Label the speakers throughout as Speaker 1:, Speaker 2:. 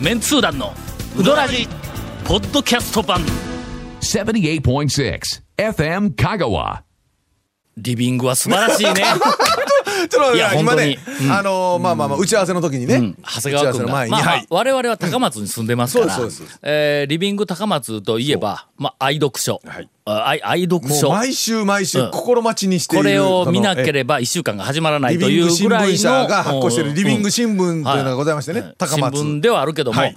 Speaker 1: メンツー団のウドラジポッドキャスト版
Speaker 2: 78.6 FM Kagawa.
Speaker 1: リビングは素晴らしいね
Speaker 3: ちょっと
Speaker 1: いや
Speaker 3: 今ね
Speaker 1: 本当、
Speaker 3: あのーまあまあまあ打ち合わせの時にね、
Speaker 1: 長谷川君が、まあ
Speaker 3: 打ち合わせの前に、
Speaker 1: ま
Speaker 3: は
Speaker 1: あ
Speaker 3: い、
Speaker 1: 我々は高松に住んでますから
Speaker 3: そうですそうです、
Speaker 1: えーリビング高松といえば、まあ、愛読書、
Speaker 3: はい
Speaker 1: あ愛愛読
Speaker 3: もう
Speaker 1: 書
Speaker 3: 毎週毎週
Speaker 1: ん
Speaker 3: 心待ちにしてい
Speaker 1: こ
Speaker 3: る、
Speaker 1: れを見な
Speaker 3: その
Speaker 1: け
Speaker 3: え
Speaker 1: れば1週間が始まらない
Speaker 3: リ
Speaker 1: と
Speaker 3: ビ
Speaker 1: い
Speaker 3: ング
Speaker 1: う
Speaker 3: 新
Speaker 1: ぐらいの
Speaker 3: 聞社が発行しているリビング新聞というのがございましてね、
Speaker 1: うん
Speaker 3: 高松
Speaker 1: 新聞ではあるけども、
Speaker 3: はい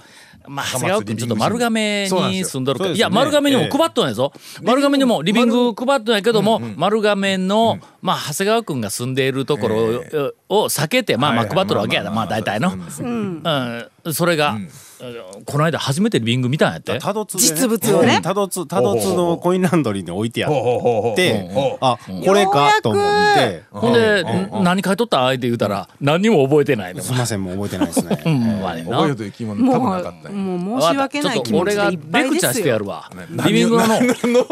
Speaker 1: まあ、長
Speaker 3: 高松
Speaker 1: 谷川君ちょっと丸亀
Speaker 3: そうなんで
Speaker 1: に
Speaker 3: すよ
Speaker 1: 住んどるから、
Speaker 4: そう
Speaker 1: い
Speaker 4: ですね
Speaker 1: や丸亀にも配っとんやぞ、丸亀にもリビング配っとんやけども、丸亀の、まあ、長谷川君が住んでいるところを,、を避けてまあまあ
Speaker 3: はい
Speaker 1: 配っとるわけやなま
Speaker 3: ま
Speaker 1: あ
Speaker 3: あ
Speaker 1: 大体の、うんそれが、うんこの間初めてリビング見たんやって
Speaker 4: 多度津
Speaker 5: 実物をね
Speaker 4: 多度津多度津のコインランドリーに置いてやってあこれ
Speaker 5: ようや
Speaker 4: か
Speaker 5: く
Speaker 4: と思って
Speaker 1: ほんで、何書いとったあえて言うたら何にも覚えてないの。
Speaker 4: すいませんもう覚えてないです
Speaker 1: う
Speaker 4: ね
Speaker 1: んまあねんな
Speaker 3: 覚えという気も
Speaker 5: も
Speaker 3: 多分なかった
Speaker 5: う、
Speaker 3: んや
Speaker 5: もう申し訳ない気持ちでいっぱ
Speaker 1: 俺がレ
Speaker 5: い
Speaker 1: ク
Speaker 5: で
Speaker 1: チャーし
Speaker 5: す
Speaker 1: てや
Speaker 5: よ。
Speaker 1: るわ。リビングの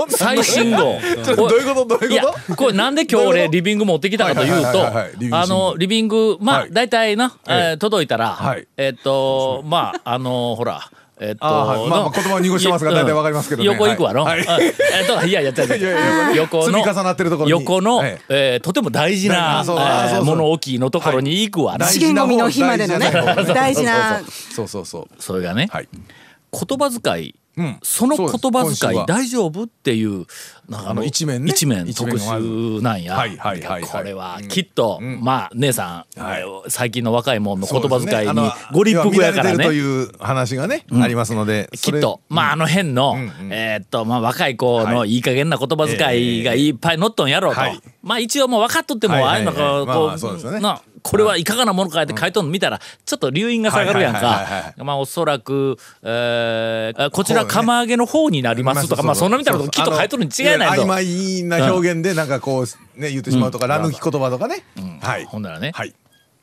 Speaker 1: 最新号。
Speaker 3: ちょっとどういうことど
Speaker 1: い
Speaker 3: ういう
Speaker 1: や
Speaker 3: こ、
Speaker 1: これなんで今日
Speaker 3: どういう
Speaker 1: 俺
Speaker 3: こと
Speaker 1: リビング持ってきたかという
Speaker 3: はいはいはいはいリビング
Speaker 1: と、
Speaker 3: 新聞
Speaker 1: あの、リビング、まあ、
Speaker 3: はい
Speaker 1: 大体な、え
Speaker 3: え
Speaker 1: ー届いたら
Speaker 3: い、
Speaker 1: えっと、まあ、あの、ほら、えっと、
Speaker 3: あはいまあまあ言葉を濁してますが
Speaker 1: い
Speaker 3: 大体わかりますけどね
Speaker 1: うん横行くわの。
Speaker 3: はい
Speaker 1: うんえっと、いやいや、違う
Speaker 3: いや
Speaker 1: 違う横の、
Speaker 3: 積み重なってるところに
Speaker 1: 横の、
Speaker 3: え
Speaker 1: えーとても大事な
Speaker 3: あそうあ
Speaker 1: えー
Speaker 3: そうそう
Speaker 1: 物置のところに行くわな
Speaker 3: は。い
Speaker 5: 資源ゴミの日までのね
Speaker 3: 大事な方ね
Speaker 5: 大事な
Speaker 3: そうそうそう
Speaker 1: それがね、
Speaker 3: はい
Speaker 1: 言葉遣い、
Speaker 3: うん
Speaker 1: その言葉
Speaker 3: そう
Speaker 1: 遣
Speaker 3: です今週
Speaker 1: い
Speaker 3: は
Speaker 1: 大丈夫っていうなんかあ
Speaker 3: あの一面ね
Speaker 1: 一面
Speaker 3: 一
Speaker 1: 特
Speaker 3: 面の
Speaker 1: 集なんや、
Speaker 3: はいはいはいはい
Speaker 1: これはきっと、まあ姉さん、
Speaker 3: はい
Speaker 1: 最近の若いもんの言
Speaker 3: そう
Speaker 1: 葉
Speaker 3: ですね
Speaker 1: 遣い
Speaker 3: あ
Speaker 1: に
Speaker 3: の
Speaker 1: ご立腹やから
Speaker 3: 今見れてる
Speaker 1: ね
Speaker 3: という話がね、ありますので
Speaker 1: き
Speaker 3: それ
Speaker 1: っと、まあ、あの辺の、
Speaker 3: うん
Speaker 1: えーっと、まあ、若い子の
Speaker 3: はい
Speaker 1: いい加減な言葉遣いがいっぱい乗っとんやろうと。
Speaker 3: はい
Speaker 1: まあ、一応もう分かっとっても、
Speaker 3: はい
Speaker 1: ああ
Speaker 3: はいいう
Speaker 1: の
Speaker 3: はい
Speaker 1: こう、
Speaker 3: まあまあ
Speaker 1: こ
Speaker 3: そうですよね
Speaker 1: な、これはいかがなものかって書いとんの見たら、ちょっと留飲が下がるやん
Speaker 3: はいはいはいは
Speaker 1: か
Speaker 3: い。
Speaker 1: まあ、おそらく、えーあこちら
Speaker 3: こうね
Speaker 1: 釜揚げの方になりますとか、まあ、そんなみたいなこときっと書いとるに違いないと。
Speaker 3: と曖昧な表現でなんかこうね言ってしまうとか、乱抜き言葉とかね、はい
Speaker 1: ほんならね、
Speaker 3: はい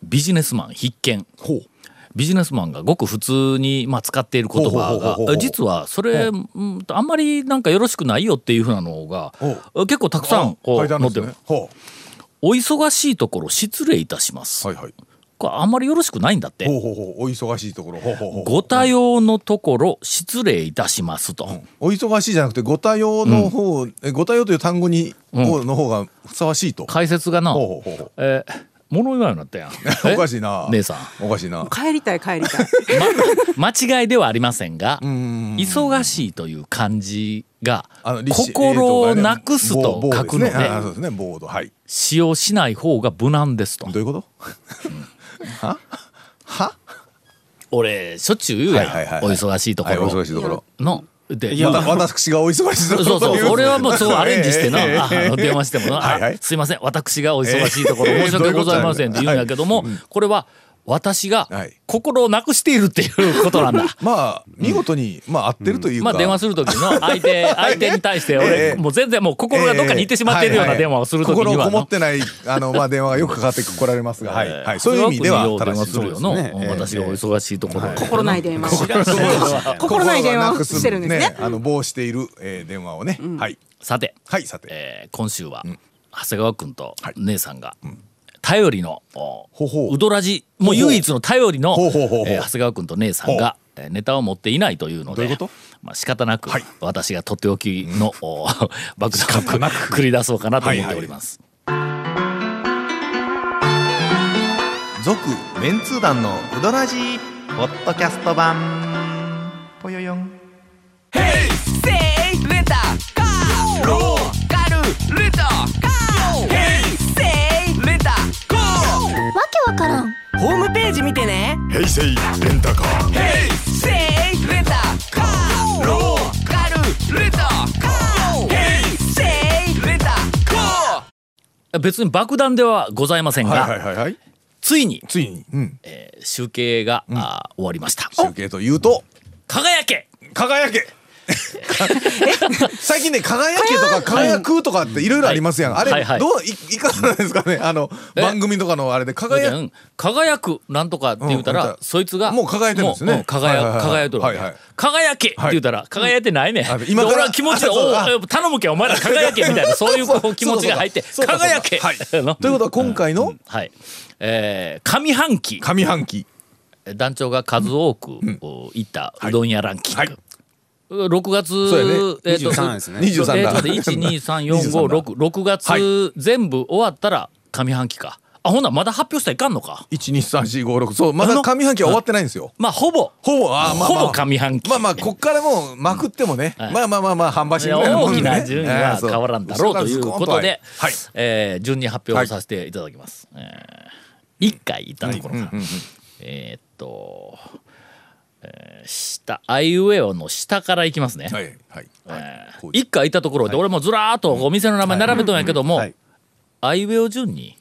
Speaker 1: ビジネスマン必見。ビジネスマンがごく普通に、まあ、使っている言
Speaker 3: ほうほうほう
Speaker 1: 葉
Speaker 3: ほうほ
Speaker 1: が
Speaker 3: う
Speaker 1: 実はそれ、うんあんまりなんかよろしくないよっていうふうなのが
Speaker 3: ほ
Speaker 1: 結構たくさんこ
Speaker 3: 書
Speaker 1: う
Speaker 3: いてあ
Speaker 1: 載
Speaker 3: るん
Speaker 1: ってる
Speaker 3: ですね。ほ
Speaker 1: お忙しいところ失礼いたします、
Speaker 3: うはいはい
Speaker 1: これあんまりよろしくないんだって
Speaker 3: ほうほうほうお忙しいところほうほうほう
Speaker 1: ご多用のところ失礼いたしますと、
Speaker 3: お忙しいじゃなくてご多用の方、えご多用という単語に、方の方がふさわしいと。
Speaker 1: 解説がな、
Speaker 3: ほうほうほうほう
Speaker 1: えー物言わんようになったやん
Speaker 3: おかしいな。
Speaker 1: 姉さん
Speaker 3: おかしいな。
Speaker 5: 帰りたい帰りたい。
Speaker 1: ま 間違いではありませんが忙しいという漢字が
Speaker 3: あの立志
Speaker 1: 心
Speaker 3: え
Speaker 1: を
Speaker 3: ーと
Speaker 1: なくすと
Speaker 3: ボー
Speaker 1: 書
Speaker 3: ボ
Speaker 1: く
Speaker 3: ー
Speaker 1: の
Speaker 3: ですねあーそう
Speaker 1: で
Speaker 3: ですね。ボードはい。
Speaker 1: 使用しない方が無難ですと
Speaker 3: どういうこと？は？
Speaker 1: 俺しょっちゅう言うやん、
Speaker 3: はいはいはいは
Speaker 1: お
Speaker 3: い
Speaker 1: 忙しいとこ
Speaker 3: は？はい。
Speaker 1: ろ
Speaker 3: お忙しいところ。
Speaker 1: ので
Speaker 4: いや
Speaker 3: また私がお忙しいとこ
Speaker 1: そう
Speaker 3: ろ。
Speaker 1: そうそう俺はもうそうアレンジしてな、
Speaker 3: えーえーえー
Speaker 1: あの電話してもな、
Speaker 3: はいはい
Speaker 1: あすいません私がお忙しいところ
Speaker 3: えー
Speaker 1: 申し訳ございませんって言うんやけども、これは私が
Speaker 3: はい
Speaker 1: 心をなくしているっていうことなんだ。
Speaker 3: まあ見事にまあ合ってるというか。
Speaker 1: まあ電話する時 の相手相手に対して
Speaker 3: え
Speaker 1: 俺
Speaker 3: え
Speaker 1: もう全然もう心がどっかに行ってしまっているような電話をする時に
Speaker 3: 心を
Speaker 1: は
Speaker 3: こも
Speaker 1: な
Speaker 3: ってないあのまあ電話がよくかかってこられますが、はい
Speaker 1: ええ
Speaker 3: はい。そういう意味では正しい
Speaker 1: すごくいいお電話するよの
Speaker 4: ええ
Speaker 1: 私がお忙しいところ
Speaker 5: 心ない電話を。心
Speaker 3: 心
Speaker 5: ない電
Speaker 3: がな
Speaker 5: 話を
Speaker 3: くす
Speaker 5: してるんですね。
Speaker 3: あの棒している、えー、電話をね、はい
Speaker 1: さて
Speaker 3: はいさて、
Speaker 1: えー今週は長谷川君と
Speaker 3: はい
Speaker 1: 姉さんが頼りの
Speaker 3: ほほう
Speaker 1: うどらじもう
Speaker 3: ほうほう
Speaker 1: 唯一の頼りの
Speaker 3: ほうほうほうほう
Speaker 1: えー長谷川君と姉さんがえーネタを持っていないというの
Speaker 3: どうい
Speaker 1: で
Speaker 3: うこと
Speaker 1: まあ仕方なく
Speaker 3: はい
Speaker 1: 私がとっておきのお爆弾を繰り出そうかなと思っております。
Speaker 6: 続メンツー団のウドラジーポッドキャスト版ぽよよん
Speaker 1: 別に爆弾ではございません
Speaker 3: はいはい
Speaker 1: が
Speaker 3: はいはい
Speaker 1: ついに
Speaker 3: ついに、うん、
Speaker 1: えー集計があー終わりました。
Speaker 3: 集計というと
Speaker 1: 輝け
Speaker 3: 輝け最近ね輝けとか輝くとかっていろいろありますやん、
Speaker 1: はい
Speaker 3: あれ、
Speaker 1: はいはい
Speaker 3: どういいかがなんですかねあの番組とかのあれで輝
Speaker 1: う
Speaker 3: く
Speaker 1: ん輝くなんとかって言うたら、
Speaker 3: うん言うたら
Speaker 1: そいつが
Speaker 3: もう輝いてるんですね
Speaker 1: もうもう輝,、
Speaker 3: はいはいはい
Speaker 1: 輝いてるわけ、
Speaker 3: はいはい
Speaker 1: 輝けって言うたら、輝いてないねん
Speaker 3: あ
Speaker 1: で
Speaker 3: 今から
Speaker 1: 俺は気持ちで「
Speaker 3: あそうか
Speaker 1: おう頼むけんお前ら輝 け」みたいなそういうこう気持ちが入って「
Speaker 3: そうかそうか
Speaker 1: 輝 け」
Speaker 3: はい
Speaker 1: の
Speaker 3: ということは今回の
Speaker 1: はいえー上半期
Speaker 3: 上半期
Speaker 1: 団長が数多くお行ったうどん屋ランキング。
Speaker 3: はい
Speaker 1: 6月、
Speaker 3: そう
Speaker 1: えっと
Speaker 4: 23ですね
Speaker 1: えー
Speaker 3: 23だ
Speaker 1: ちょっと1、2、3、4、5、6、6月、全部終わったら上半期か。あ、ほんならまだ発表したらいかんのか。
Speaker 3: 12345そうまだ上半期は終わってないんですよ
Speaker 1: まあ、ほぼ、
Speaker 3: ほぼあーまあまあ
Speaker 1: ほぼ上半期
Speaker 3: まあまあこっからもうまくってもね、
Speaker 1: はい
Speaker 3: まあまあまあまあ半ばしぐらいのも
Speaker 1: 大
Speaker 3: んで
Speaker 1: き
Speaker 3: ね
Speaker 1: な順位は変わらんだろうということで、
Speaker 3: はい
Speaker 1: えー順に発表させていただきます。えー一回いったところから、えーっと、えー下アイウェオの下からいきますね。
Speaker 3: はいはいはい
Speaker 1: 一回いたところで俺もずらーっとお店の名前並べとんやけども、
Speaker 4: はい
Speaker 1: アイウェオ順に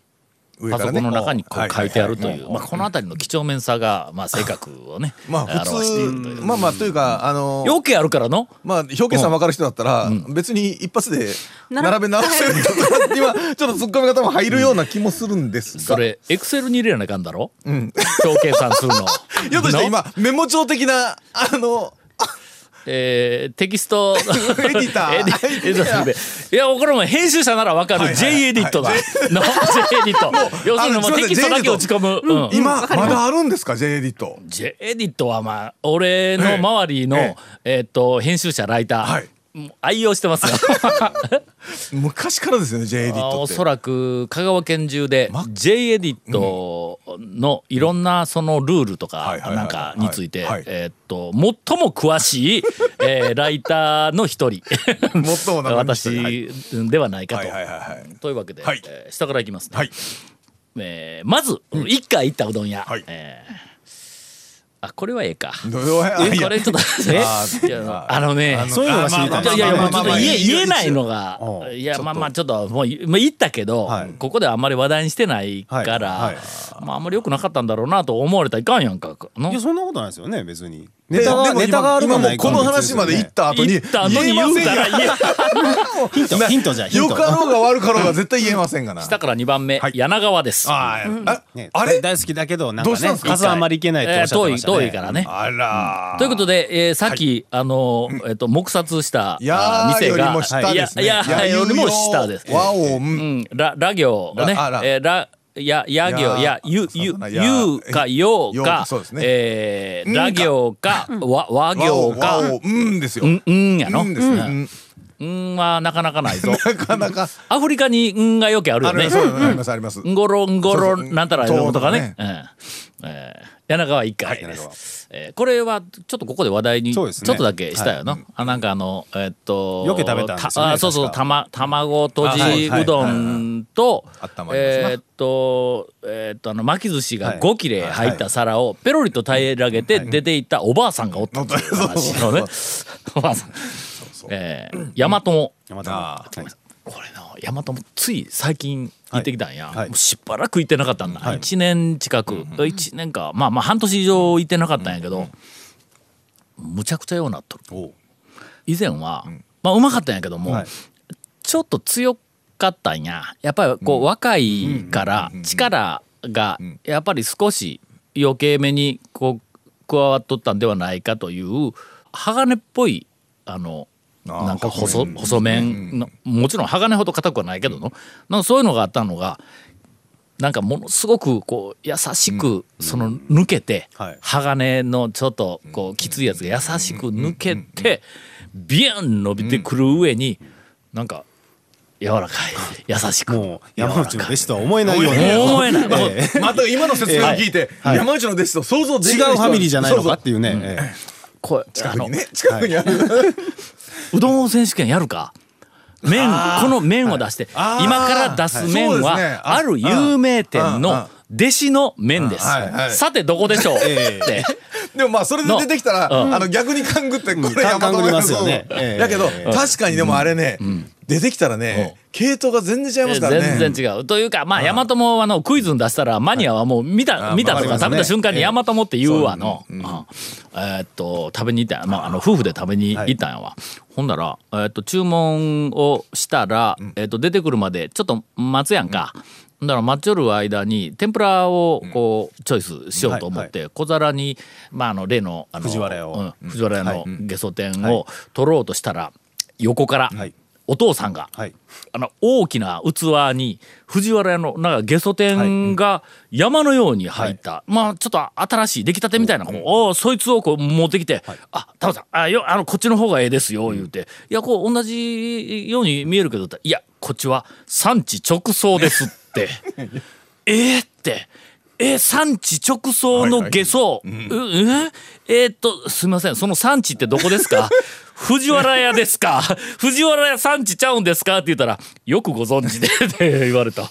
Speaker 3: 上
Speaker 1: パ
Speaker 3: か
Speaker 1: ソ
Speaker 3: ら
Speaker 1: コ
Speaker 3: ね
Speaker 1: ンの中にこ
Speaker 3: は
Speaker 1: う書いてあると
Speaker 3: はは
Speaker 1: いう、まあ、この辺りの几帳面さが、まあ、性格をね
Speaker 3: まあ
Speaker 1: 表していると
Speaker 3: 普
Speaker 1: い
Speaker 3: 通
Speaker 1: う。
Speaker 3: まあまあというかあの
Speaker 1: よくやるからの
Speaker 3: まあ表現さん分かる人だったら別に一発で
Speaker 5: 並べ
Speaker 3: 並べ直せる人だ って今ちょっとツッコミ方も入るような気もするんですが
Speaker 1: それエクセルに入れなあかんだろ、表計算するの
Speaker 3: よとして
Speaker 1: の
Speaker 3: 今メモ帳的なあの
Speaker 1: えーテキスト
Speaker 3: エディター
Speaker 1: エディエディターでいやこれも編集者ならわかる J エディットだ、の J エディット要するにも
Speaker 3: あ
Speaker 1: う
Speaker 3: のすい
Speaker 1: テ
Speaker 3: ません
Speaker 1: キストだけ落ち込む、うん
Speaker 3: 今まだあるんですか J エディット
Speaker 1: J エディットはまあ俺の周りの、え
Speaker 3: え
Speaker 1: っと編集者ライター、
Speaker 3: はい
Speaker 1: もう愛用して ますよ
Speaker 3: 昔からですよね J エディッ
Speaker 1: あ
Speaker 3: ト
Speaker 1: お
Speaker 3: って
Speaker 1: そらく香川県中で
Speaker 3: ま
Speaker 1: J エディットのいろんなそのルールとか
Speaker 3: はいはいはい
Speaker 1: なんかについて、
Speaker 3: はい
Speaker 1: えーっと最も詳しい、え ーライターの一人
Speaker 3: 最も長い人はい
Speaker 1: 私ではないか
Speaker 3: は
Speaker 1: と。
Speaker 3: いはいはいはい
Speaker 1: というわけで、
Speaker 3: はい
Speaker 1: えー下からいきますね、
Speaker 3: はい
Speaker 1: えーまず一回行ったうどん屋、
Speaker 3: はい
Speaker 1: えーあこれはええか。
Speaker 3: どうやあい
Speaker 1: こ
Speaker 3: や
Speaker 1: れちょっと
Speaker 3: あー
Speaker 1: いやあのね
Speaker 4: そういうのが知りたい
Speaker 1: いやいや、もうちょっと言え言えないの
Speaker 4: う
Speaker 1: が、
Speaker 4: ん
Speaker 1: いや、まあまあ、ちょっと、もう、まあ言ったけど
Speaker 4: はい、
Speaker 1: ここではあんまり話題にしてないか
Speaker 4: は
Speaker 1: ら
Speaker 4: いはい、
Speaker 1: まあ、あんまり良くなかったんだろうなと思われたらいかんやんか。の
Speaker 4: いやそんなことないですよね別に
Speaker 3: で
Speaker 4: ネタが
Speaker 3: でも今
Speaker 4: ネタがあるか
Speaker 3: 今も
Speaker 4: な
Speaker 3: う
Speaker 4: いか
Speaker 3: こ
Speaker 4: は
Speaker 3: の
Speaker 4: 別
Speaker 3: 話
Speaker 4: ですよ
Speaker 3: ま
Speaker 4: ね
Speaker 3: で行った後に
Speaker 1: 言ったのに言うたら言えない、
Speaker 4: ヒントヒントじゃあヒン
Speaker 3: よ
Speaker 4: ト
Speaker 3: かろうが悪かろうが絶対言えませんがな
Speaker 1: 下から2番目、柳川です。
Speaker 3: あーあ
Speaker 4: ね
Speaker 3: あれ
Speaker 4: 大好きだけどなん
Speaker 3: どう
Speaker 4: か
Speaker 3: したん
Speaker 4: ね
Speaker 3: ですか
Speaker 4: 数あんまりいけないっておっしゃってました
Speaker 1: えー
Speaker 4: ね
Speaker 1: 遠い、遠いからね。
Speaker 3: あら
Speaker 1: ということで、えーさっき、あのー、えっと、黙殺した
Speaker 3: い
Speaker 1: あ
Speaker 3: や
Speaker 1: ー
Speaker 3: ー
Speaker 1: 店
Speaker 3: より
Speaker 1: が
Speaker 3: も、下ですね
Speaker 1: いやいや、よりも下です。
Speaker 3: 和を
Speaker 1: うん、ラ、ラ行ね
Speaker 3: ラあ、ラ
Speaker 1: えーラ、や、や行、や
Speaker 3: や、
Speaker 1: ゆ、ゆ
Speaker 3: そう、だなや
Speaker 1: ゆうか、よう
Speaker 3: よう
Speaker 1: か
Speaker 3: かそうです、ね
Speaker 1: えー、
Speaker 3: うん
Speaker 1: ら行か、わ、和
Speaker 3: 和を
Speaker 1: 行
Speaker 3: 和
Speaker 1: か、
Speaker 3: をうんですよ
Speaker 1: うん、うんやの。
Speaker 3: うんですねうん
Speaker 1: うんはなかなかないぞ。
Speaker 3: なかなか
Speaker 1: アフリカにうんがよくある
Speaker 3: あ
Speaker 1: よね
Speaker 3: る。そうありますあります
Speaker 1: んごろんごろなんたら
Speaker 3: そうそう
Speaker 1: とかね
Speaker 3: そう。
Speaker 1: うんえー柳川一回です。えーこれはちょっとここで話題にち
Speaker 4: そ
Speaker 1: ょ
Speaker 4: う
Speaker 1: っ
Speaker 4: ですね
Speaker 1: とだけしたよな。あなんかあのえっと
Speaker 4: よく食べたんですよね
Speaker 1: あそうそう
Speaker 4: 確か
Speaker 1: たま卵と
Speaker 4: あはい
Speaker 1: じ
Speaker 4: はいう
Speaker 1: どんと
Speaker 3: あったまりますな
Speaker 1: えーっとえーっとあの巻き寿司
Speaker 4: は
Speaker 1: が
Speaker 4: い
Speaker 1: 5切れ入った皿をペロリと平らげて出ていったおばあさんがおったっていう話の ね。おばあさん。えー大和も
Speaker 4: また
Speaker 3: あ
Speaker 4: はい
Speaker 1: これな大和もつい最近行ってきたんや、
Speaker 4: いはい
Speaker 1: もうしばらく行ってなかったんだ、
Speaker 4: はい
Speaker 1: 1年近く、1年かまあまあ半年以上行ってなかったんやけど、むちゃくちゃようなっとる以前は、まあうまかったんやけども、
Speaker 4: はい
Speaker 1: ちょっと強かったんややっぱりこう、若いから力がやっぱり少し余計めにこう加わっとったんではないかという鋼っぽいあの
Speaker 3: あー
Speaker 1: なんか細細麺の、もちろん鋼ほど硬くはないけどの、なんかそういうのがあったのがなんかものすごくこう優しくその抜けて、
Speaker 4: はい
Speaker 1: 鋼のちょっとこうきついやつが優しく抜けてビューン伸びてくる上になんか柔 らかい優しく
Speaker 4: もう山内の弟子とは思えないような
Speaker 1: もう思えない、もう
Speaker 4: ええ
Speaker 3: また今の説明を聞いて
Speaker 4: はい
Speaker 3: 山内の弟子と想像でき
Speaker 4: 違
Speaker 3: ないう
Speaker 4: ファミリーじゃないのか
Speaker 3: そう
Speaker 4: っていうねええ
Speaker 1: こうあの
Speaker 3: そうね近くにある
Speaker 1: うどん選手権やるか麺この麺を出して、
Speaker 3: はい
Speaker 1: 今から出す麺は、
Speaker 3: はいそうですねあ
Speaker 1: ある有名店
Speaker 3: うん
Speaker 1: の弟子の麺です、
Speaker 3: うんはいはい
Speaker 1: さてどこでしょう、って
Speaker 3: でもまあそれで出てきたら
Speaker 1: うん
Speaker 3: あの逆に勘ぐってこれ
Speaker 4: 勘
Speaker 3: 山
Speaker 4: 勘ぐり
Speaker 3: の
Speaker 4: ますよねええ
Speaker 3: だけど確かにでもあれね出てきたら
Speaker 1: う
Speaker 3: ね系統が全然違いますからね
Speaker 1: 全然違うというかまあ大和もあのクイズに出したらマニアはもう見た,、
Speaker 3: あ
Speaker 1: 見たと
Speaker 3: わか
Speaker 1: か食べ
Speaker 3: りますね
Speaker 1: た瞬間に
Speaker 3: ええ
Speaker 1: 大和もって言うわの、うんえーっと食べに行ったんやまあ、あの夫婦で食べに行ったんやわ、ほんなら、えーっと注文をしたら、えーっと出てくるまでちょっと待つやんか、ほんだから待ちよる間に天ぷらをこうチョイスしようと思って小皿に、まあ、あの例のあの
Speaker 4: 藤原屋を
Speaker 1: うん藤原屋のゲソ天を取ろうとしたら横から
Speaker 4: はい
Speaker 1: お父さんが、
Speaker 4: はい
Speaker 1: あの大きな器に藤原屋のなんかゲソ天が山のように入った、まあちょっと新しい出来たてみたいな、こうおうそいつをこう持ってきて「あタモさんあよあのこっちの方がええですよ」言うて、いやこう同じように見えるけどいやこっちは産地直送です」 って。えー、って。えー、産地直送の下層、うえーえーっとすみませんその産地ってどこですか藤原屋ですか藤原屋産地ちゃうんですかって言ったらよくご存知でって言われた、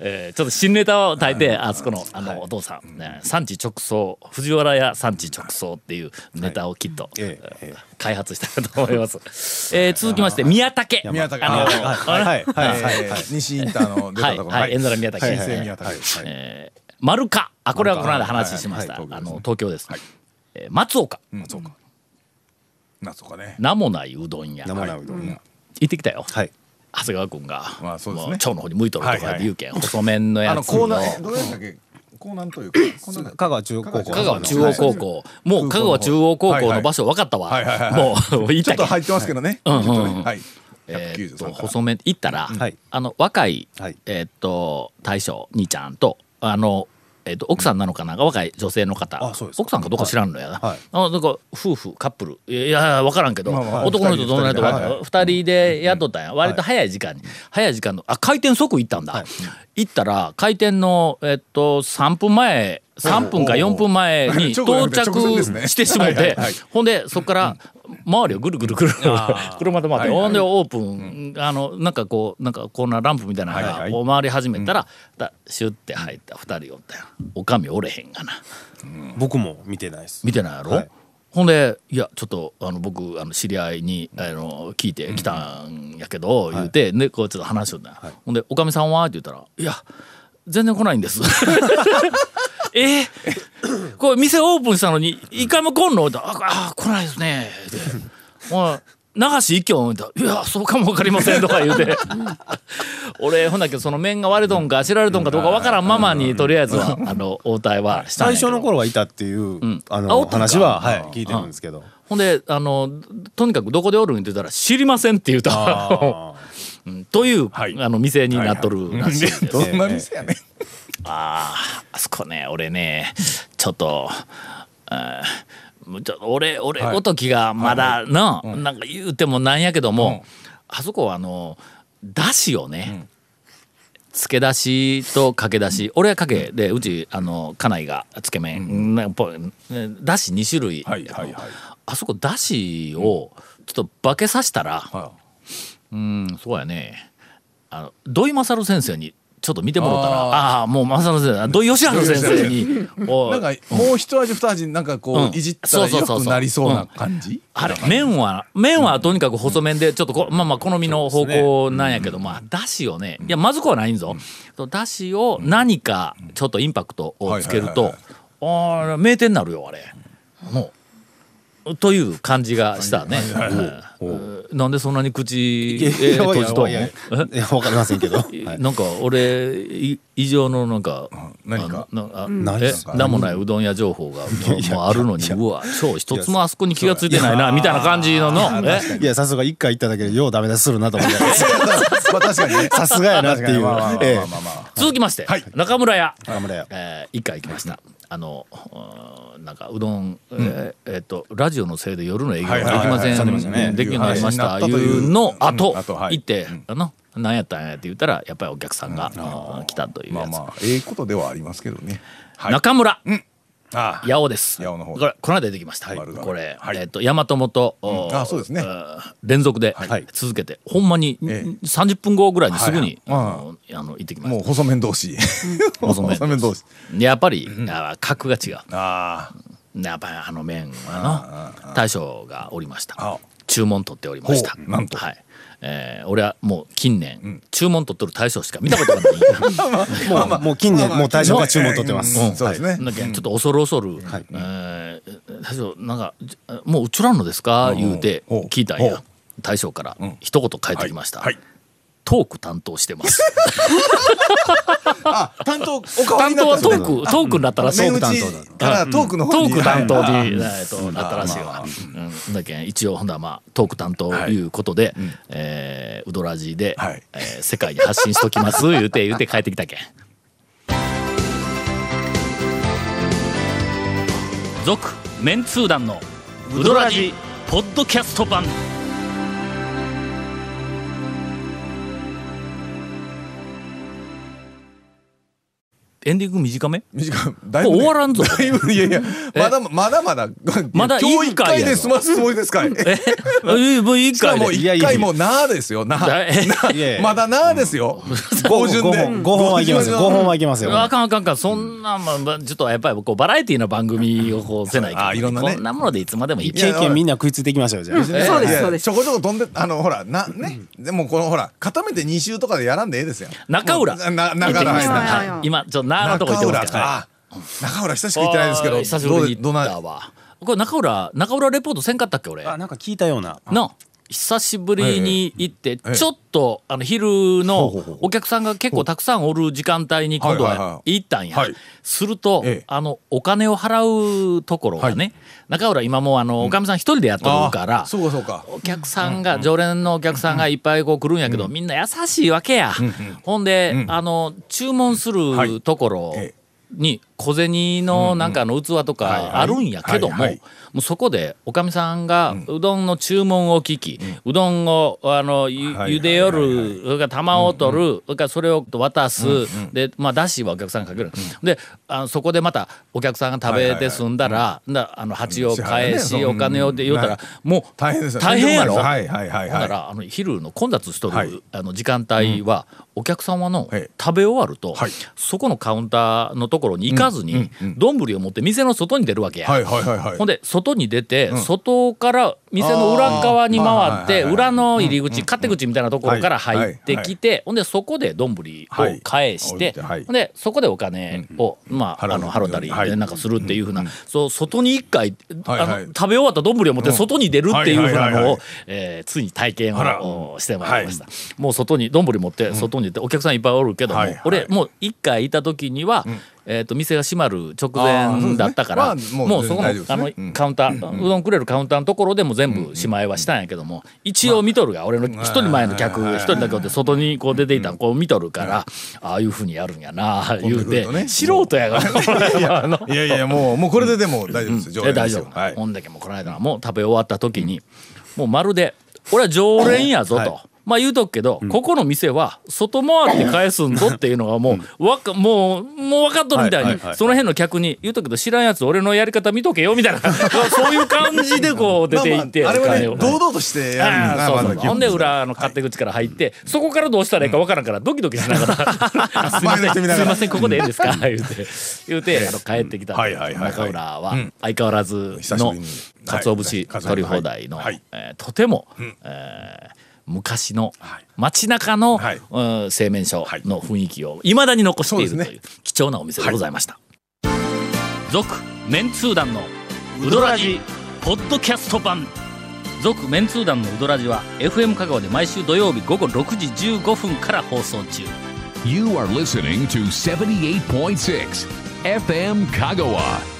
Speaker 1: えーちょっと新ネタを耐えてあそこのあの、お父さん、ね、産地直送藤原屋産地直送っていうネタをきっと、
Speaker 4: ええ
Speaker 1: えー開発したいと思います、えー続きまして宮武
Speaker 3: 宮武
Speaker 1: あの
Speaker 3: はい
Speaker 4: はいはいはいはい
Speaker 3: えー西インターの出た
Speaker 1: は
Speaker 3: と
Speaker 1: い
Speaker 3: ころ
Speaker 1: はい、エンザラ宮武、
Speaker 3: 新生宮武はい
Speaker 1: えー、丸かあこれはこの間話しました、
Speaker 3: はいはい
Speaker 1: あの東京です、えー松岡
Speaker 3: うんそうかなそうかね
Speaker 1: 名もないうどん屋
Speaker 4: 生なうどんが
Speaker 1: 行ってきたよ、
Speaker 4: はい
Speaker 1: 長谷川君が、
Speaker 3: まあそうですね
Speaker 1: も町の方に向いとるとかで言うけん、細麺の
Speaker 3: あ
Speaker 1: や
Speaker 3: の
Speaker 1: つの
Speaker 3: コーナーどうやったっけコーナーというかコーナーだっけ
Speaker 4: 香川中央高校
Speaker 1: 香川中央高校、もう香川中央高校の場所分かったわ、
Speaker 3: はいはいはい
Speaker 1: もう行っ
Speaker 3: ち
Speaker 1: た
Speaker 3: ょっと
Speaker 1: け
Speaker 3: 入
Speaker 1: ん
Speaker 3: ってますけどね
Speaker 1: はい
Speaker 3: ちょっとね
Speaker 1: うんうんうん
Speaker 3: はい
Speaker 1: えーっと
Speaker 3: 193から
Speaker 1: 細麺行ったら、
Speaker 4: はい
Speaker 1: あの若い、
Speaker 4: はい
Speaker 1: えーっと大将兄ちゃんとあの、えーっと奥さんなのかな若い女性の方
Speaker 3: あそうですか
Speaker 1: 奥さんかどうか知らんのやな,、
Speaker 4: はい
Speaker 1: あなんか夫婦カップルいやいや分からんけど、
Speaker 3: まあまあ
Speaker 1: 男の人と女の人
Speaker 3: 二人で
Speaker 1: が2人で雇ったんや、割と早い時間に、早い時間のあ開店即行ったんだ、行ったら開店のえーっと3分前3分か4分前に
Speaker 3: 直後
Speaker 1: 到
Speaker 3: じゃなくて直前ですね
Speaker 1: 着してしもう
Speaker 3: はいは
Speaker 1: て
Speaker 3: いはい
Speaker 1: ほんでそこから周りをぐるぐるぐるぐる車で回って、
Speaker 3: はいはい
Speaker 1: ほんでオープン、あのなんかこうなんかこんなランプみたいなの
Speaker 3: はいは
Speaker 1: が
Speaker 3: い
Speaker 1: こう回り始めたら、だシュッて入った2人おったよおかみおれへんがな
Speaker 4: 僕も見てないです
Speaker 1: 見てないやろ、
Speaker 4: はい
Speaker 1: ほんで「いやちょっとあの僕あの知り合いにあの聞いて来たんやけど」言うて、でこうちょっと話しとったんや、ほんで「おかみさんは?」って言ったら「いや全然来ないん です」えーこれ店オープンしたのに一回も来んの?」って「ああ来ないですね」って 「おい流し一挙」って「いやそうかも分かりません」とか言うて俺ほんだけその麺が割れとんか知られとんかどうか分からんままにとりあえずはあの応対はしたんや
Speaker 4: 最
Speaker 1: けど
Speaker 4: 初の頃はいたってい
Speaker 1: ん
Speaker 4: うあ
Speaker 1: あお
Speaker 4: の
Speaker 1: ったんか
Speaker 4: 話ははい聞いてるんですけど
Speaker 1: ほんであのとにかくどこでおるんって言ったら知りませんって言うた
Speaker 4: あ
Speaker 1: うんという、
Speaker 3: はい
Speaker 1: あの店になっとるらしいです、
Speaker 3: どんな店やね
Speaker 1: あーあそこね俺ねちょっとあーもうちょっと俺俺ごときがまだな,、なんか言うてもなんやけども、あそこはあのだしをね、つけだしとかけだし俺はかけでうちあの家内がつけ麺なんかぽいだし2種類、
Speaker 3: はいはいはい
Speaker 1: あそこだしをちょっと化けさせたら、
Speaker 3: は
Speaker 1: うんそうやねあの土井勝先生にちょっと見てもらったらああーもう勝先生土井善晴先生 にお
Speaker 3: なんかもう一味二味なんか
Speaker 1: う
Speaker 3: こ
Speaker 1: ん
Speaker 3: ういじった
Speaker 1: そう
Speaker 3: ら
Speaker 1: そう
Speaker 3: 良
Speaker 1: そうそう
Speaker 3: くなりそうな感じ
Speaker 1: あれ麺は麺はとにかく細麺でちょっとこまあまあ好みの方向なんやけど、まあだしをねいやまずくはないんぞ、だしを何かちょっとインパクトをつける
Speaker 3: はい
Speaker 1: と
Speaker 3: はい
Speaker 1: ああ名店になるよあれもうという感じがしたね、うんなんでそんなに口え
Speaker 4: いや
Speaker 1: ー
Speaker 4: いや
Speaker 1: 閉じとん
Speaker 4: いやいやい
Speaker 1: の
Speaker 4: やわかりませんけどはい
Speaker 1: なんか俺い以上のなんか
Speaker 3: 何か
Speaker 1: あのなあ
Speaker 4: ない
Speaker 1: え
Speaker 4: ですか
Speaker 1: なんもないうどん屋情報がもうもうあるのにうわそう一つもあそこに気がついてない
Speaker 4: い
Speaker 1: な
Speaker 4: や
Speaker 1: みたいな感じののえ
Speaker 4: いやさすが一回行っただけでようダメ出しするなと思って
Speaker 3: まあ確かにね
Speaker 4: さすがやなっていう
Speaker 3: まあまあまあ
Speaker 4: ええ
Speaker 3: まあまあまあ
Speaker 1: 続きまして
Speaker 3: はい
Speaker 1: 中村屋
Speaker 4: 中村屋
Speaker 1: えー一回行きましたあのうんなんかうどんえーえっとラジオのせいで夜の営業ができませ
Speaker 4: はいはいはいはいそうですね
Speaker 1: んできるようになりました
Speaker 3: はい
Speaker 1: いうの
Speaker 3: なった
Speaker 1: 後
Speaker 3: といううんあとはい
Speaker 1: 行ってあの何やったんやって言ったらやっぱりお客さんがあー来たという
Speaker 3: まあ
Speaker 1: やつ
Speaker 3: まあええことではありますけどねはい
Speaker 1: 中村
Speaker 3: あ
Speaker 1: 八尾です。
Speaker 3: 八尾の方
Speaker 1: これ、この間出てきました。
Speaker 3: はい
Speaker 1: これ、
Speaker 3: はい
Speaker 1: えっ、と、大和元、お
Speaker 3: あそうですね
Speaker 1: あ連続で
Speaker 3: はい
Speaker 1: 続けて、ほんまに、
Speaker 3: ええ
Speaker 1: 30分後ぐらいにすぐに、
Speaker 3: はいは
Speaker 1: あ
Speaker 3: い
Speaker 1: のあの行ってきま
Speaker 3: もう
Speaker 1: し
Speaker 3: 細麺同士細麺同士
Speaker 1: た。やっぱり、あ格が違う。
Speaker 3: あ
Speaker 1: やっぱりあの麺はの大将がおりまし
Speaker 3: あ
Speaker 1: た注文取っておりました
Speaker 3: ほうなんと
Speaker 1: はいえー俺はもう近年、注文取ってる大将しか見たこと がない
Speaker 4: もうもう近年もう大将が注文取ってます
Speaker 3: うんそうですね
Speaker 1: なんかちょっと恐る恐る、えー大将なんかじ「もううちらんのですか?」言うて
Speaker 3: ほう
Speaker 1: 聞いたん
Speaker 3: ほ
Speaker 1: や
Speaker 3: う
Speaker 1: 大将から一言返ってきました、
Speaker 3: はいはい
Speaker 1: トーク担当してます。
Speaker 3: あ担当おかわり
Speaker 1: 担
Speaker 3: に
Speaker 1: 当は
Speaker 3: なった
Speaker 1: トーク、トークになったらしい
Speaker 3: 麺打ちからトークの方
Speaker 1: ト
Speaker 3: に
Speaker 1: ーク担当
Speaker 3: はい
Speaker 1: にえっとなったらしいわ。うんだけん一応ほんならまあトーク担当いうことで、えーウドラジで、
Speaker 3: はい
Speaker 1: えー世界に発信しときます 言うて言うて帰ってきたけん続メンツー団のウドラジポッドキャスト版エンディング短 め
Speaker 3: 短い。だいぶ
Speaker 1: もう
Speaker 3: ね
Speaker 1: 終わらんぞ
Speaker 3: だいぶいやいや、
Speaker 1: え
Speaker 3: まだまだまだ、
Speaker 1: まだいい
Speaker 3: 今日一
Speaker 1: 回
Speaker 3: 回
Speaker 1: や
Speaker 3: で済ますつもりですかい
Speaker 1: ええもういい
Speaker 3: しか
Speaker 1: かい
Speaker 3: も
Speaker 1: で
Speaker 4: い
Speaker 3: 一
Speaker 4: やいやい
Speaker 3: 回
Speaker 4: や
Speaker 3: もうなあですよ、なあ。
Speaker 1: だえ
Speaker 4: いやいや
Speaker 3: まだなあですよ。
Speaker 4: 五
Speaker 3: 五巡で。
Speaker 4: 本五本はいけますよ。五本はいけますよ。
Speaker 1: あかんあかんあかんそんなまあまあちょっとやっぱりこうバラエティーな番組をこうせないか
Speaker 3: あいろんなね
Speaker 1: こんなものでいつまでもいい
Speaker 4: 経験みんな食いついていきましょうじゃあ。
Speaker 5: えそうです
Speaker 3: いや
Speaker 5: そうです
Speaker 3: ちょこちょこ飛んで、あの、ほら、な、ね。でも、このほら、固めて2周とかでやらんでええですよ。
Speaker 1: 中浦
Speaker 3: なな
Speaker 1: 行っ
Speaker 3: 中浦
Speaker 1: てきました
Speaker 5: はいはいはい
Speaker 1: はい今ちょっと長いとこ行っ
Speaker 3: 中
Speaker 1: て
Speaker 3: 浦
Speaker 1: ますから
Speaker 3: か。中浦久しく行ってないですけ
Speaker 1: あ
Speaker 3: ど、
Speaker 1: ー久しぶりに行
Speaker 3: どう
Speaker 1: っ
Speaker 3: で
Speaker 1: た
Speaker 3: どな
Speaker 1: わこれ中浦中浦レポートせんかったっけ俺
Speaker 4: あなんか聞いたような。
Speaker 1: の久しぶりに行ってちょっとあの昼のお客さんが結構たくさんおる時間帯に今度
Speaker 3: はいはい
Speaker 1: は
Speaker 3: は
Speaker 1: 行ったんや
Speaker 3: はい
Speaker 1: すると
Speaker 3: ええ
Speaker 1: あのお金を払うところがね中浦今もうあのおかみさん一人でやってる
Speaker 3: あー
Speaker 1: から
Speaker 3: そうかそうか。
Speaker 1: お客さんが常連のお客さんがいっぱいこう来るんやけど、みんな優しいわけや、ほんで、あの注文するところ
Speaker 3: え
Speaker 1: に小銭のなんかあの器とかあるんやけども,、
Speaker 3: はいはい
Speaker 1: もうそこでおかみさんがうどんの注文を聞き、うどんをあのゆ
Speaker 3: はい
Speaker 1: ゆでよるそれから玉を取る、それからそれを渡す、でまあだしはお客さんがかける、であのそこでまたお客さんが食べて済んだら、なあの鉢を返
Speaker 3: 支払い
Speaker 1: し
Speaker 3: ね
Speaker 1: お金をって言うた
Speaker 3: なん
Speaker 1: ら
Speaker 3: か
Speaker 1: もう
Speaker 3: 大変ですよね
Speaker 1: 大変やろ
Speaker 3: とんでもないですはいはいはいはい
Speaker 1: ほんならあの昼の混雑しとる、
Speaker 3: はい
Speaker 1: あの時間帯は、お客様の
Speaker 3: はい
Speaker 1: 食べ終わると、
Speaker 3: はい
Speaker 1: そこのカウンターのところに行かずに丼、を持って店の外に出るわけや。
Speaker 3: はいはいはいはい
Speaker 1: ほん。で外に出て、外から店の裏側に回っ
Speaker 3: あーはいはい
Speaker 1: て
Speaker 3: はい
Speaker 1: 裏の入り口勝手口みたいなところから
Speaker 3: はい
Speaker 1: 入ってきてほんでそこで丼を返し
Speaker 3: は
Speaker 1: て
Speaker 3: いはい
Speaker 1: ほんでそこでお金をまあ
Speaker 3: 払う
Speaker 1: あの払ったり
Speaker 3: はい
Speaker 1: なんかするっていうふうなそう外に一回あ
Speaker 3: はいは
Speaker 1: の
Speaker 3: い
Speaker 1: 食べ終わった丼を持って外に出るっていうふうな
Speaker 3: はいはいはい
Speaker 1: の
Speaker 3: は
Speaker 1: を
Speaker 3: い
Speaker 1: えーついに体験
Speaker 3: あら
Speaker 1: をしてまいりましたもう外に丼持って外に出てお客さんいっぱいおるけども
Speaker 3: はいはい
Speaker 1: 俺もう一回いた時にはえーと店が閉まる直前だったから
Speaker 3: あーそうですねまあもう
Speaker 1: もうそこの
Speaker 3: 大丈夫です
Speaker 1: あ
Speaker 3: ね
Speaker 1: の
Speaker 3: うん
Speaker 1: カウンター、うどんくれるカウンターのところでも全部しまいはしたんやけども、一応見とるが俺の一人前の客一人だけおって外にこう出ていたんこう見とるから、ああいうふうにやるんやな言う
Speaker 3: こんな
Speaker 1: て、
Speaker 3: ことね
Speaker 1: 素人やからあの
Speaker 3: いやいや、もう、もうこれででも大丈夫ですよ。
Speaker 1: え
Speaker 3: 常連で
Speaker 1: 大
Speaker 3: す
Speaker 1: 丈
Speaker 3: よ
Speaker 1: 夫、
Speaker 3: はい。
Speaker 1: ほんだけもうこの間はもう食べ終わった時に、もうまるで俺は常連やぞと。まあ言うとくけど、ここの店は外回って返すんぞっていうのがもう、わかもうもう分かっとるみたいに、
Speaker 4: はいはいはい
Speaker 1: その辺の客に言うとくけど知らんやつ俺のやり方見とけよみたいな そういう感じでこう出ていって、
Speaker 3: まあまああれ
Speaker 1: 金を
Speaker 3: はね、堂々としてやるん
Speaker 1: ああ
Speaker 3: だ
Speaker 1: そう
Speaker 3: ま
Speaker 1: そ
Speaker 3: だ
Speaker 1: う
Speaker 3: 基
Speaker 1: ほん
Speaker 3: 本
Speaker 1: で
Speaker 3: ですから
Speaker 1: 裏の勝手口から入って、そこからどうしたらいいかわからんからドキドキしな がら「すいませんす
Speaker 3: して
Speaker 1: い
Speaker 3: みながら
Speaker 1: ませんここでええですか」言うて言うてあの帰ってきたん
Speaker 3: はい
Speaker 1: で
Speaker 3: はいはいはい
Speaker 1: 中浦は相変わらず
Speaker 3: 久し
Speaker 1: の
Speaker 3: ぶりに
Speaker 1: 鰹節
Speaker 3: はい
Speaker 1: 取り放題の
Speaker 3: はい
Speaker 1: えーとてもえー昔の街中の
Speaker 3: はいう
Speaker 1: ー製麺所の雰囲気をいまだに残している
Speaker 3: そう
Speaker 1: と
Speaker 3: ですね
Speaker 1: いう貴重なお店でございました。続メンツー団のウドラジポッドキャスト版続メンツー団のウドラジは FM 香川で毎週土曜日午後6時15分から放送中
Speaker 2: You are listening to 78.6 FM Kagawa.